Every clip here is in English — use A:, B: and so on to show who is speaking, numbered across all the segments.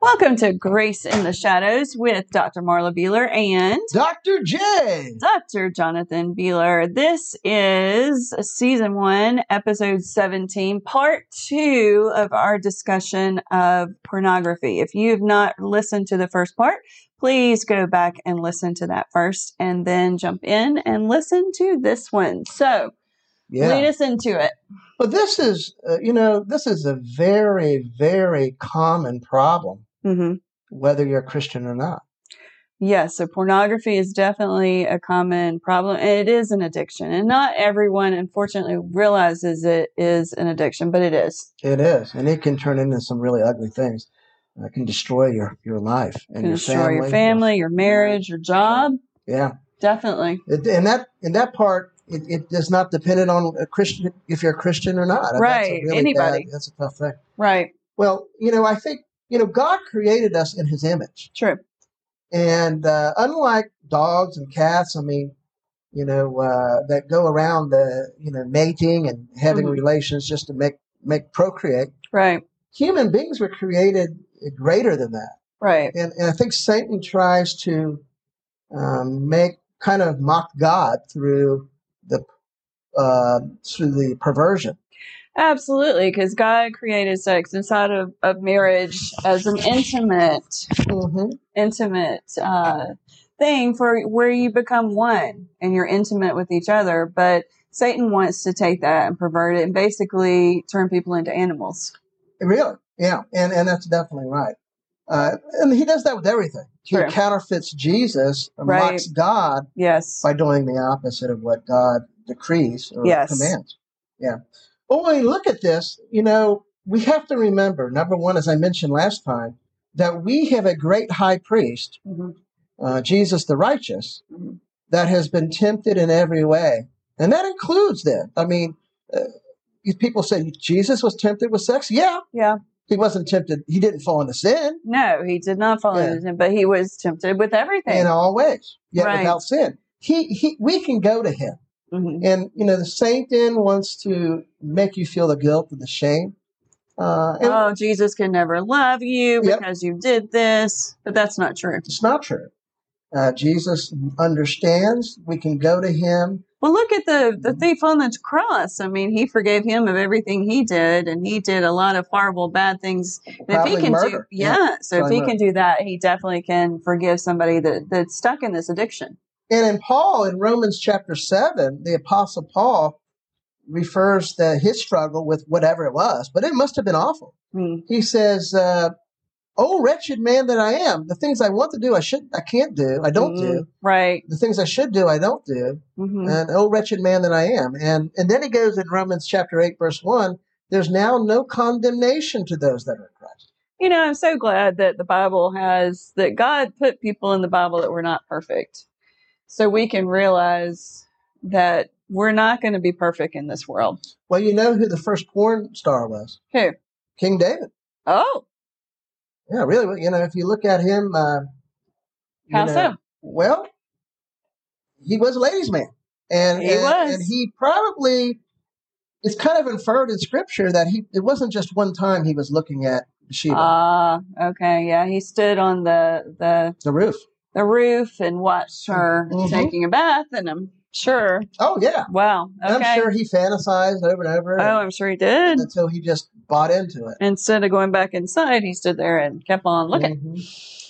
A: Welcome to Grace in the Shadows with Dr. Marla Beeler and
B: Dr. J.
A: Dr. Jonathan Beeler. This is season one, episode 17, part two of our discussion of pornography. If you have not listened to the first part, please go back and listen to that first and then jump in and listen to this one. So, lead
B: Yeah.
A: us into it.
B: But this is, uh, you know, this is a very, very common problem,
A: Mm-hmm.
B: whether you're a Christian or not.
A: Yes, so pornography is definitely a common problem, and it is an addiction. And not everyone, unfortunately, realizes it is an addiction, but it is.
B: It is. And it can turn into some really ugly things. It can destroy your, your life
A: It
B: and
A: can
B: your
A: destroy
B: family.
A: your family, your marriage, your job.
B: Yeah.
A: Definitely.
B: It, and that and that part, it, it is not dependent on a Christian if you're a Christian or not. That's a
A: Right,
B: really
A: anybody.
B: bad- that's a tough thing.
A: Right.
B: Well, you know, I think, you know, God created us in his image.
A: True.
B: And uh, unlike dogs and cats, I mean, you know, uh, that go around the, you know, mating and having
A: Mhm.
B: relations just to make, make procreate,
A: Right.
B: human beings were created greater than that.
A: Right.
B: And, and I think Satan tries to um, make kind of mock God through the, uh, through the perversion.
A: Absolutely. Because God created sex inside of, of marriage as an intimate,
B: hmm
A: Mm-hmm. intimate uh, thing for where you become one and you're intimate with each other. But Satan wants to take that and pervert it and basically turn people into animals.
B: Really? Yeah. And, and that's definitely right. Uh, and he does that with everything. He
A: True.
B: counterfeits Jesus, and
A: Right.
B: mocks God,
A: Yes.
B: by doing the opposite of what God decrees or
A: Yes.
B: commands. Yeah. Well, when we look at this, you know, we have to remember number one, as I mentioned last time, that we have a great high priest,
A: Mhm.
B: uh, Jesus the righteous,
A: Mhm.
B: that has been tempted in every way. And that includes that. I mean, uh, if people say Jesus was tempted with sex. Yeah,
A: Yeah.
B: he wasn't tempted. He didn't fall into sin
A: No, he did not fall
B: Yeah.
A: into sin, but he was tempted with everything.
B: in all ways, yet
A: Right.
B: without sin. He, he, we can go to him.
A: Mhm.
B: And you know, the Satan wants to make you feel the guilt and the shame. Uh, and
A: Oh, Jesus can never love you
B: Yep.
A: because you did this, but that's not true.
B: it's not true. Uh, Jesus understands. We can go to him.
A: Well, look at the the
B: Mhm.
A: thief on the cross. I mean, he forgave him of everything he did, and he did a lot of horrible, bad things. And if
B: Probably
A: he can
B: murder,
A: do, yeah.
B: yeah.
A: so if
B: Probably
A: he can do that, he definitely can forgive somebody that that's stuck in this addiction.
B: And in Paul, in Romans chapter 7, the Apostle Paul refers to his struggle with whatever it was, but it must have been awful.
A: Mm.
B: He says, uh, Oh, wretched man that I am, the things I want to do, I should, I can't do, I don't
A: Mm.
B: do.
A: Mm-hmm. Right.
B: The things I should do, I don't do.
A: hmm
B: and oh wretched man that I am. And and then he goes in Romans chapter eight, verse one, there's now no condemnation to those that are in Christ.
A: You know, I'm so glad that the Bible has that God put people in the Bible that were not perfect, so we can realize that we're not going to be perfect in this world.
B: Well, you know who the first porn star was?
A: Who?
B: King David.
A: Oh,
B: Yeah, really. You know, if you look at him, uh, you
A: how
B: know,
A: so?
B: Well, he was a ladies' man, and
A: He
B: and,
A: was.
B: and he probably it's kind of inferred in Scripture that he it wasn't just one time he was looking at Sheba,
A: Ah, okay, yeah. He stood on the the
B: the roof.
A: the roof and watched her
B: Mhm.
A: taking a bath, and I'm sure.
B: Oh yeah,
A: Wow.
B: And
A: Okay.
B: I'm sure he fantasized over and over
A: oh, I'm sure he did.
B: until he just bought into it.
A: Instead of going back inside, he stood there and kept on looking.
B: Mhm.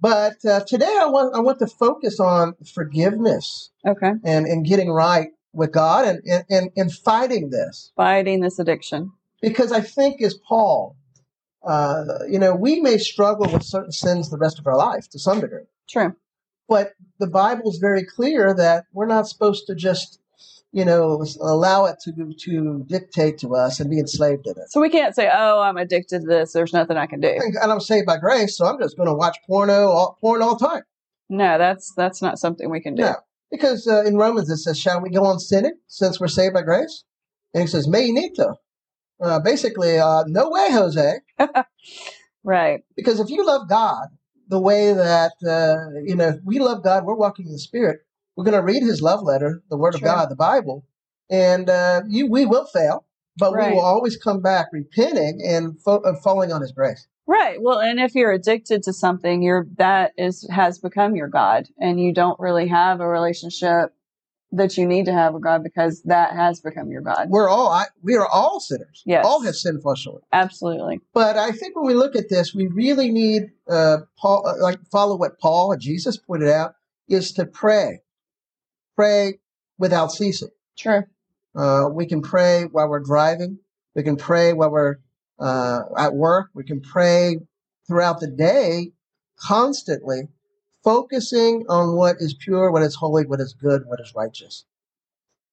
B: But uh, today I want I want to focus on forgiveness
A: Okay,
B: and, and getting right with God and, and, and, and fighting this
A: fighting this addiction.
B: because I think as Paul, uh, you know, we may struggle with certain sins the rest of our life to some degree,
A: True.
B: but the Bible is very clear that we're not supposed to just you know allow it to to dictate to us and be enslaved in it.
A: So we can't say, "Oh, I'm addicted to this. There's nothing I can do."
B: And I'm saved by grace, so I'm just going to watch porno all, porn all the time.
A: No, that's that's not something we can do.
B: No, because uh, in Romans it says, "Shall we go on sinning since we're saved by grace?" And he says, "Me nito." Uh, basically, uh, no way, Jose.
A: Right.
B: Because if you love God the way that uh, you know we love God, we're walking in the Spirit. We're going to read His love letter, the Word
A: Sure.
B: of God, the Bible, and uh, you we will fail, but we
A: Right.
B: will always come back repenting and fo- uh, falling on His grace.
A: Right. Well, and if you're addicted to something, your that is has become your god, and you don't really have a relationship that you need to have with God because that has become your god.
B: We're all I, we are all sinners.
A: Yes.
B: All have sinned flesh short.
A: Absolutely.
B: But I think when we look at this, we really need uh, Paul uh, like follow what Paul and Jesus pointed out is to pray, pray without ceasing.
A: True.
B: Uh, we can pray while we're driving. We can pray while we're uh, at work. We can pray throughout the day, constantly, focusing on what is pure, what is holy, what is good, what is righteous.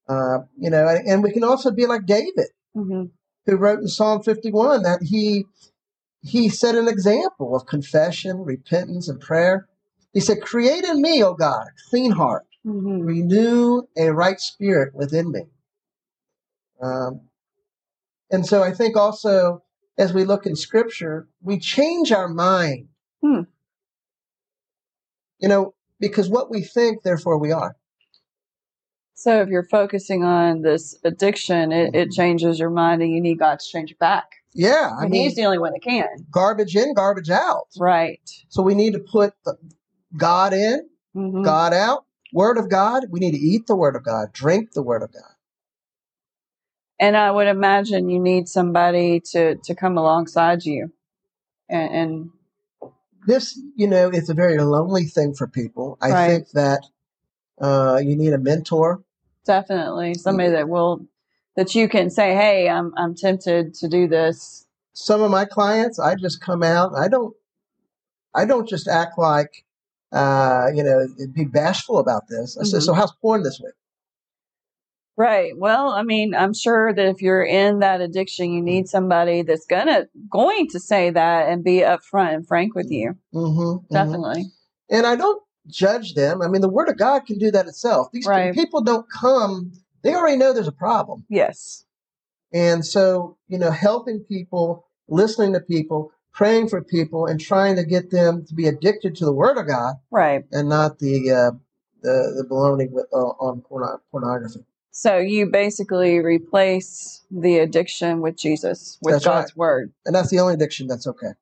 B: Uh, you know, and, and we can also be like David,
A: hmm
B: who wrote in Psalm 51 that he he set an example of confession, repentance, and prayer. He said, "Create in me, O God, a clean heart,
A: hmm
B: renew a right spirit within me." Um, And so I think also as we look in scripture, we change our mind,
A: Hmm.
B: you know, because what we think, therefore we are.
A: So if you're focusing on this addiction, it, it
B: Mhm.
A: changes your mind, and you need God to change it back.
B: Yeah. I
A: and he's
B: mean,
A: the only one that can.
B: garbage in, garbage out.
A: Right.
B: So we need to put the God in,
A: hmm
B: God out, word of God. We need to eat the word of God, drink the word of God.
A: And I would imagine you need somebody to to come alongside you and, and
B: This, you know, is a very lonely thing for people. I
A: right.
B: think that uh, you need a mentor.
A: definitely somebody that will that you can say hey i'm i'm tempted to do this
B: Some of my clients, I just come out. I don't I don't just act like, uh, you know, be bashful about this. I said,
A: hmm
B: so how's porn this week?
A: right well i mean i'm sure that if you're in that addiction you need somebody that's gonna going to say that and be upfront and frank with you
B: Mm-hmm, hmm
A: definitely
B: And I don't judge them. I mean, the Word of God can do that itself. These
A: right
B: people don't come; they already know there's a problem.
A: yes
B: And so, you know, helping people, listening to people, praying for people, and trying to get them to be addicted to the Word of God
A: right
B: and not the uh, the, the baloney with, uh, on porno- pornography.
A: so you basically replace the addiction with jesus with
B: That's right.
A: god's word
B: And that's the only addiction that's okay.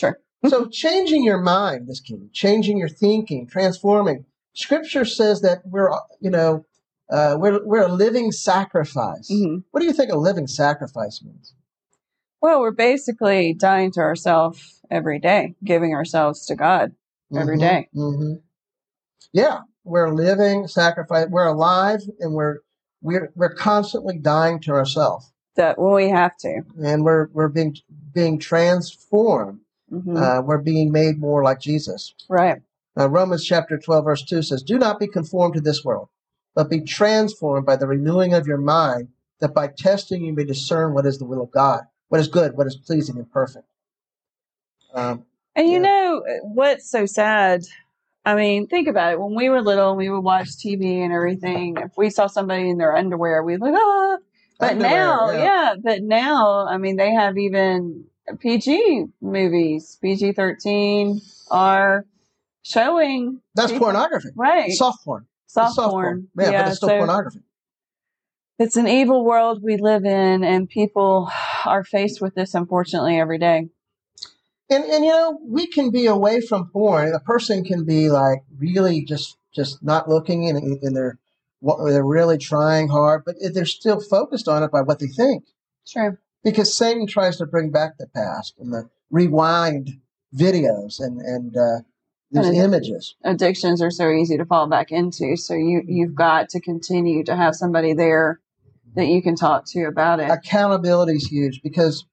A: sure
B: So changing your mind is key. Changing your thinking, transforming. Scripture says that we're, you know, uh, we're we're a living sacrifice.
A: hmm
B: What do you think a living sacrifice means?
A: well we're basically dying to ourselves every day giving ourselves to god every
B: hmm
A: day
B: hmm Yeah, we're a living sacrifice. We're alive, and we're we're we're constantly dying to ourselves,
A: that when we have to
B: and we're we're being being transformed.
A: hmm
B: Uh, we're being made more like Jesus.
A: Right.
B: Uh, Romans chapter 12, verse 2 says, Do not be conformed to this world, but be transformed by the renewing of your mind, that by testing you may discern what is the will of God, what is good, what is pleasing and perfect. Um,
A: And you
B: yeah.
A: know uh, what's so sad? I mean, think about it. When we were little and we would watch TV and everything, if we saw somebody in their underwear, we'd like, ah. But
B: Underwear,
A: now,
B: yeah.
A: yeah, but now, I mean, they have even PG movies, PG 13 are showing
B: That's
A: people,
B: pornography. It's
A: right?
B: soft porn. It's
A: Soft
B: soft porn.
A: porn.
B: Yeah, but
A: Yeah.
B: it's still
A: So
B: pornography.
A: it's an evil world we live in, and people are faced with this, unfortunately, every day.
B: And, and you know, we can be away from porn. A person can be like really just just not looking and, and they're, they're really trying hard, but they're still focused on it by what they think.
A: Sure.
B: because Satan tries to bring back the past and the rewind videos and and uh,
A: And
B: these
A: it's
B: images.
A: addictions are so easy to fall back into. So you
B: Mm-hmm.
A: you've got to continue to have somebody there that you can talk to about it.
B: Accountability is huge because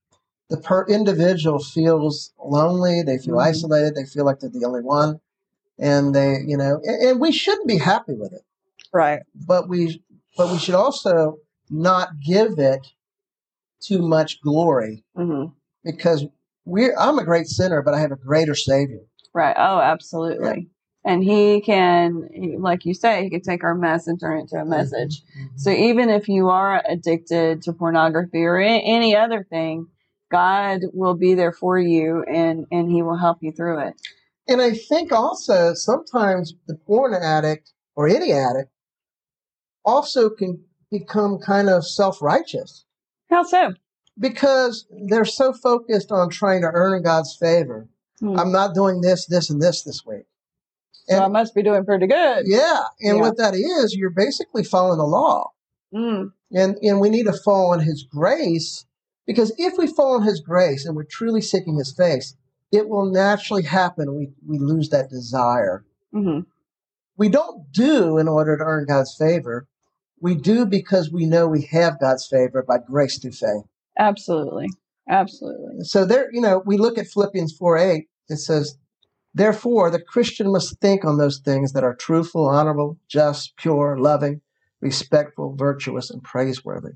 B: the per individual feels lonely. They feel
A: hmm
B: isolated. They feel like they're the only one, and they you know and, and we shouldn't be happy with it,
A: Right.
B: but we but we should also not give it too much glory
A: hmm
B: because we're I'm a great sinner, but I have a greater Savior.
A: Right. Oh,
B: Yeah.
A: absolutely. And he can, he- like you say, he can take our mess and turn it into a
B: Mm-hmm.
A: message. So even if you are addicted to pornography or a- any other thing, God will be there for you and and He will help you through it.
B: And I think also sometimes the porn addict or any addict also can become kind of self righteous.
A: How so?
B: because they're so focused on trying to earn God's favor.
A: Hmm.
B: I'm not doing this, this, and this this week.
A: so I must be doing pretty good.
B: Yeah. And
A: Yeah.
B: what that is, you're basically following the law.
A: Mm.
B: And, and we need to fall on His grace because if we fall on His grace and we're truly seeking His face, it will naturally happen. We, we lose that desire.
A: hmm
B: We don't do in order to earn God's favor. We do because we know we have God's favor by grace through faith.
A: Absolutely. Absolutely.
B: So there, you know, we look at Philippians 4 8, it says, Therefore, the Christian must think on those things that are truthful, honorable, just, pure, loving, respectful, virtuous, and praiseworthy.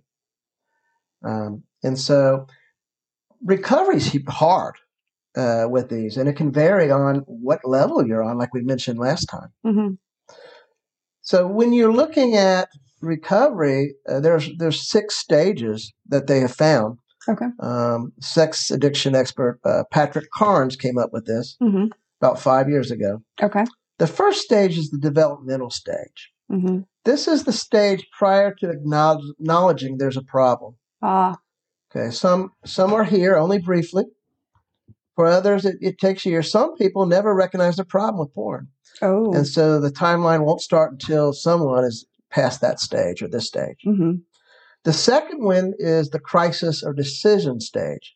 B: Um, and so recovery is hard uh, with these, and it can vary on what level you're on, like we mentioned last time.
A: hmm
B: So when you're looking at recovery, uh, there's there's six stages that they have found.
A: Okay.
B: Um, sex addiction expert uh, Patrick Carnes came up with this
A: hmm
B: about five years ago.
A: Okay.
B: The first stage is the developmental stage.
A: hmm
B: This is the stage prior to acknowledge, acknowledging there's a problem.
A: Ah.
B: Okay, some some are here only briefly. For others, it, it takes years. Some people never recognize the problem with porn,
A: Oh.
B: and so the timeline won't start until someone is past that stage or this stage.
A: hmm
B: The second one is the crisis or decision stage,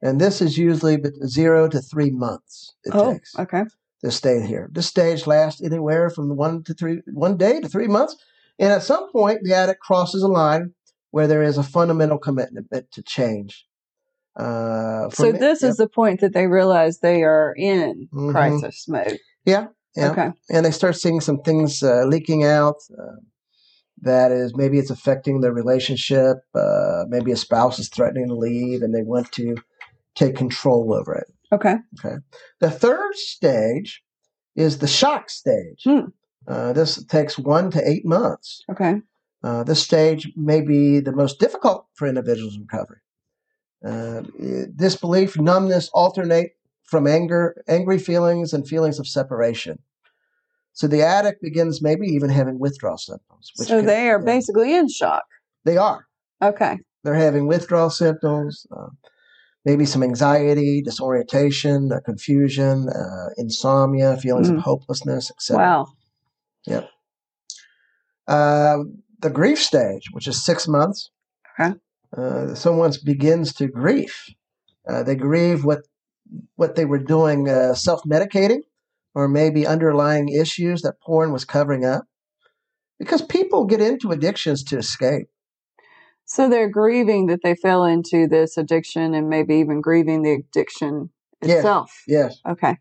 B: and this is usually bet- zero to three months. It
A: Oh.
B: takes
A: Okay.
B: this stage here. This stage lasts anywhere from one to three, one day to three months, and at some point the addict crosses a line where there is a fundamental commitment to change. Uh, for
A: So
B: me-
A: this
B: yep.
A: is the point that they realize they are in
B: Mhm.
A: crisis mode.
B: yeah, yeah,
A: Okay.
B: and they start seeing some things uh, leaking out. Uh, that is, maybe it's affecting their relationship. Uh, maybe a spouse is threatening to leave, and they want to take control over it.
A: Okay.
B: Okay. The third stage is the shock stage.
A: Hmm.
B: Uh, this takes one to eight months.
A: Okay.
B: Uh, this stage may be the most difficult for individuals in recovery. Uh, disbelief, numbness alternate from anger, angry feelings, and feelings of separation. So the addict begins maybe even having withdrawal symptoms.
A: So
B: could-
A: they are
B: yeah,
A: basically in shock.
B: they are.
A: Okay.
B: They're having withdrawal symptoms, uh, maybe some anxiety, disorientation, uh, confusion, uh, insomnia, feelings of
A: Mm.
B: hopelessness, etc.
A: Wow.
B: Uh, the grief stage, which is six months,
A: Okay.
B: uh, someone begins to grieve. Uh, they grieve what what they were doing, uh, self medicating, or maybe underlying issues that porn was covering up. Because people get into addictions to escape.
A: So they're grieving that they fell into this addiction and maybe even grieving the addiction
B: Yes.
A: itself.
B: Yes.
A: Okay.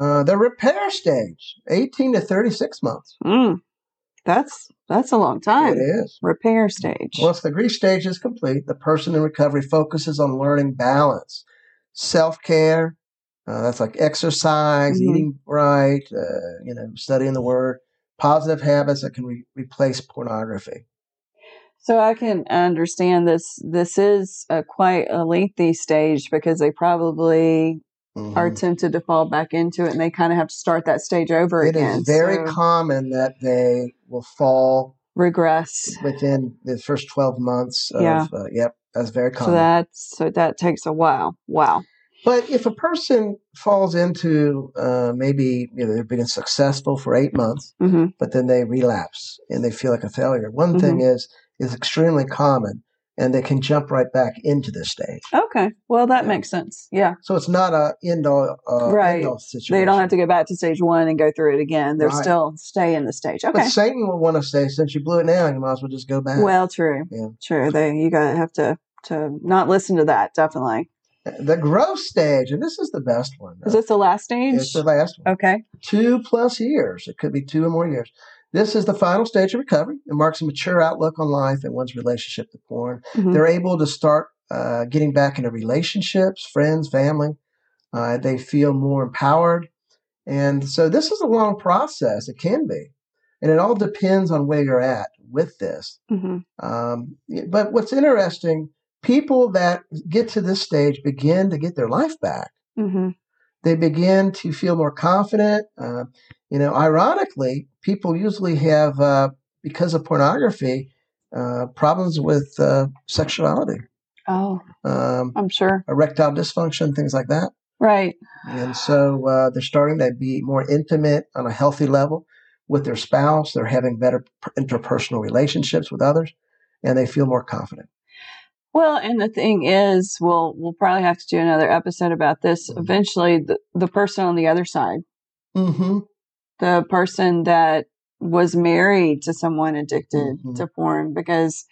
B: Uh, the repair stage, 18 to 36 months.
A: Mm. That's that's a long time.
B: It is.
A: Repair stage.
B: Once the grief stage is complete, the person in recovery focuses on learning balance, self care. Uh, that's like exercise,
A: Mhm.
B: eating right, uh, you know, studying the word, positive habits that can re- replace pornography.
A: So I can understand this. This is a quite a lengthy stage because they probably are
B: Mhm.
A: tempted to fall back into it, and they kind of have to start that stage over
B: It
A: again.
B: is very
A: so
B: common that they will fall
A: regress.
B: within the first 12 months of,
A: Yeah.
B: uh, yep, that's very
A: So
B: common.
A: that's so that takes a while. Wow.
B: But if a person falls into uh, maybe you know, they've been successful for eight months,
A: hmm
B: but then they relapse and they feel like a failure, one
A: Mm-hmm.
B: thing is, is extremely common and they can jump right back into this stage.
A: Okay. Well, that
B: Yeah.
A: makes sense. Yeah.
B: So it's not a end all, uh,
A: Right.
B: end all situation.
A: They don't have to go back to stage one and go through it again. They're
B: Right.
A: still stay in the stage.
B: But
A: Okay.
B: Satan will want to say, since you blew it now, you might as well just go back.
A: Well, true.
B: Yeah.
A: True. They you gotta have to to not listen to that. Definitely.
B: The growth stage, and this is the best one.
A: Is this the last stage?
B: It's the last one.
A: Okay.
B: Two plus years. It could be two or more years. This is the final stage of recovery. It marks a mature outlook on life and one's relationship to porn.
A: hmm
B: They're able to start uh, getting back into relationships, friends, family. Uh, they feel more empowered. And so this is a long process. It can be. And it all depends on where you're at with this.
A: hmm
B: Um, but what's interesting, people that get to this stage begin to get their life back.
A: hmm
B: They begin to feel more confident. Uh, you know, ironically, people usually have, uh, because of pornography, uh, problems with uh, sexuality,
A: Oh,
B: um,
A: I'm sure.
B: erectile dysfunction, things like that.
A: Right.
B: And so uh, they're starting to be more intimate on a healthy level with their spouse. They're having better per- interpersonal relationships with others, and they feel more confident.
A: Well, and the thing is, we'll we'll probably have to do another episode about this
B: Mhm.
A: eventually. The, the person on the other side,
B: Mm-hmm.
A: the person that was married to someone addicted
B: Mhm.
A: to porn, because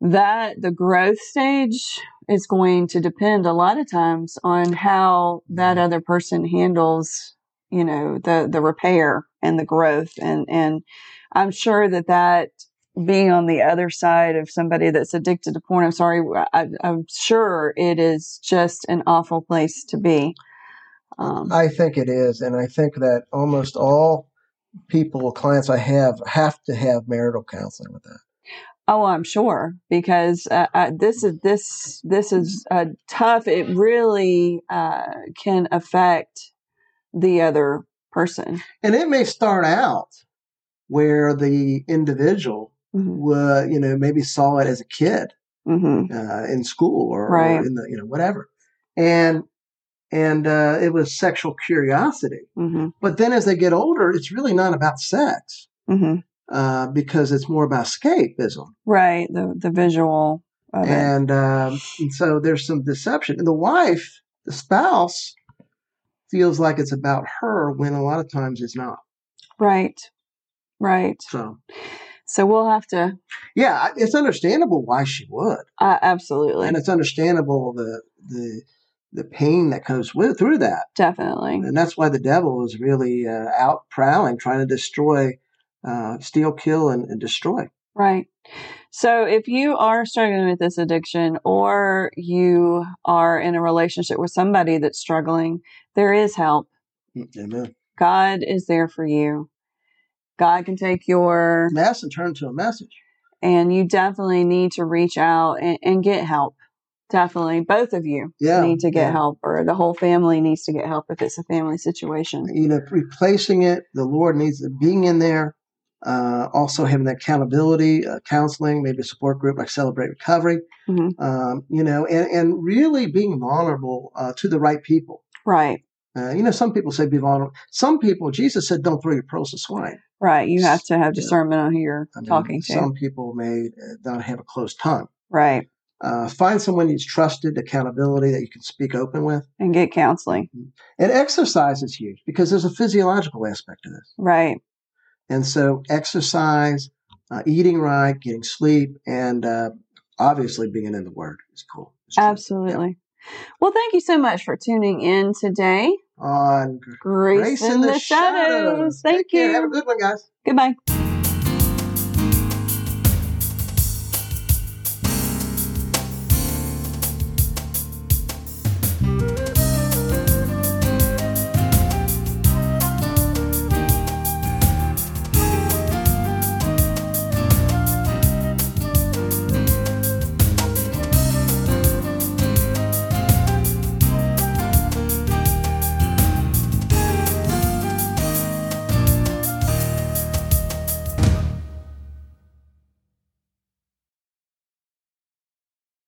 A: that the growth stage is going to depend a lot of times on how that
B: Mhm.
A: other person handles, you know, the the repair and the growth, and and I'm sure that that being on the other side of somebody that's addicted to porn, I'm sorry, I, I'm sure it is just an awful place to be. Um,
B: I think it is, and I think that almost all people, clients I have, have to have marital counseling with that.
A: Oh, I'm sure because uh, uh, this is this this is uh, tough. It really uh, can affect the other person.
B: And it may start out where the individual,
A: Mm-hmm.
B: wa you know, maybe saw it as a kid
A: hmm
B: uh, in school or,
A: Right.
B: or in the you know whatever, and and uh, it was sexual curiosity.
A: hmm
B: But then as they get older, it's really not about sex
A: hmm
B: uh, because it's more about escapism.
A: Right. The the visual of it.
B: And, um, and so there's some deception. And the wife, the spouse, feels like it's about her when a lot of times it's not.
A: Right. Right.
B: So,
A: So we'll have to.
B: yeah, I- it's understandable why she would.
A: Uh, absolutely.
B: And it's understandable the, the, the pain that comes with through that.
A: Definitely.
B: And that's why the devil is really uh, out prowling, trying to destroy, uh, steal, kill, and, and destroy.
A: Right. So if you are struggling with this addiction or you are in a relationship with somebody that's struggling, there is help.
B: Mm, Amen.
A: God is there for you. God can take your,
B: Mess and turn to a message.
A: and you definitely need to reach out and, and get help. Definitely. Both of you
B: Yeah,
A: need to get
B: Oh, yeah.
A: help, or the whole family needs to get help if it's a family situation.
B: you know, replacing it. The Lord needs being in there. Uh, also having that accountability, uh, counseling, maybe a support group like Celebrate Recovery.
A: Mhm.
B: Um, you know, and, and really being vulnerable uh, to the right people.
A: Right.
B: Uh, you know, some people say be vulnerable. Some people, Jesus said, don't throw your pearls to swine.
A: Right. You have to have
B: Yeah.
A: discernment on who you're
B: I mean,
A: talking to.
B: some people may uh, not have a closed tongue.
A: right.
B: Uh, find someone that's trusted, accountability that you can speak open with.
A: And get counseling.
B: And exercise is huge because there's a physiological aspect to this.
A: Right.
B: And so, exercise, uh, eating right, getting sleep, and uh, obviously being in the Word is cool. It's true.
A: Absolutely. Well, thank you so much for tuning in today.
B: On
A: Grace, in the, shadows. Thank
B: Take care. Have a
A: you.
B: good one, guys.
A: Goodbye.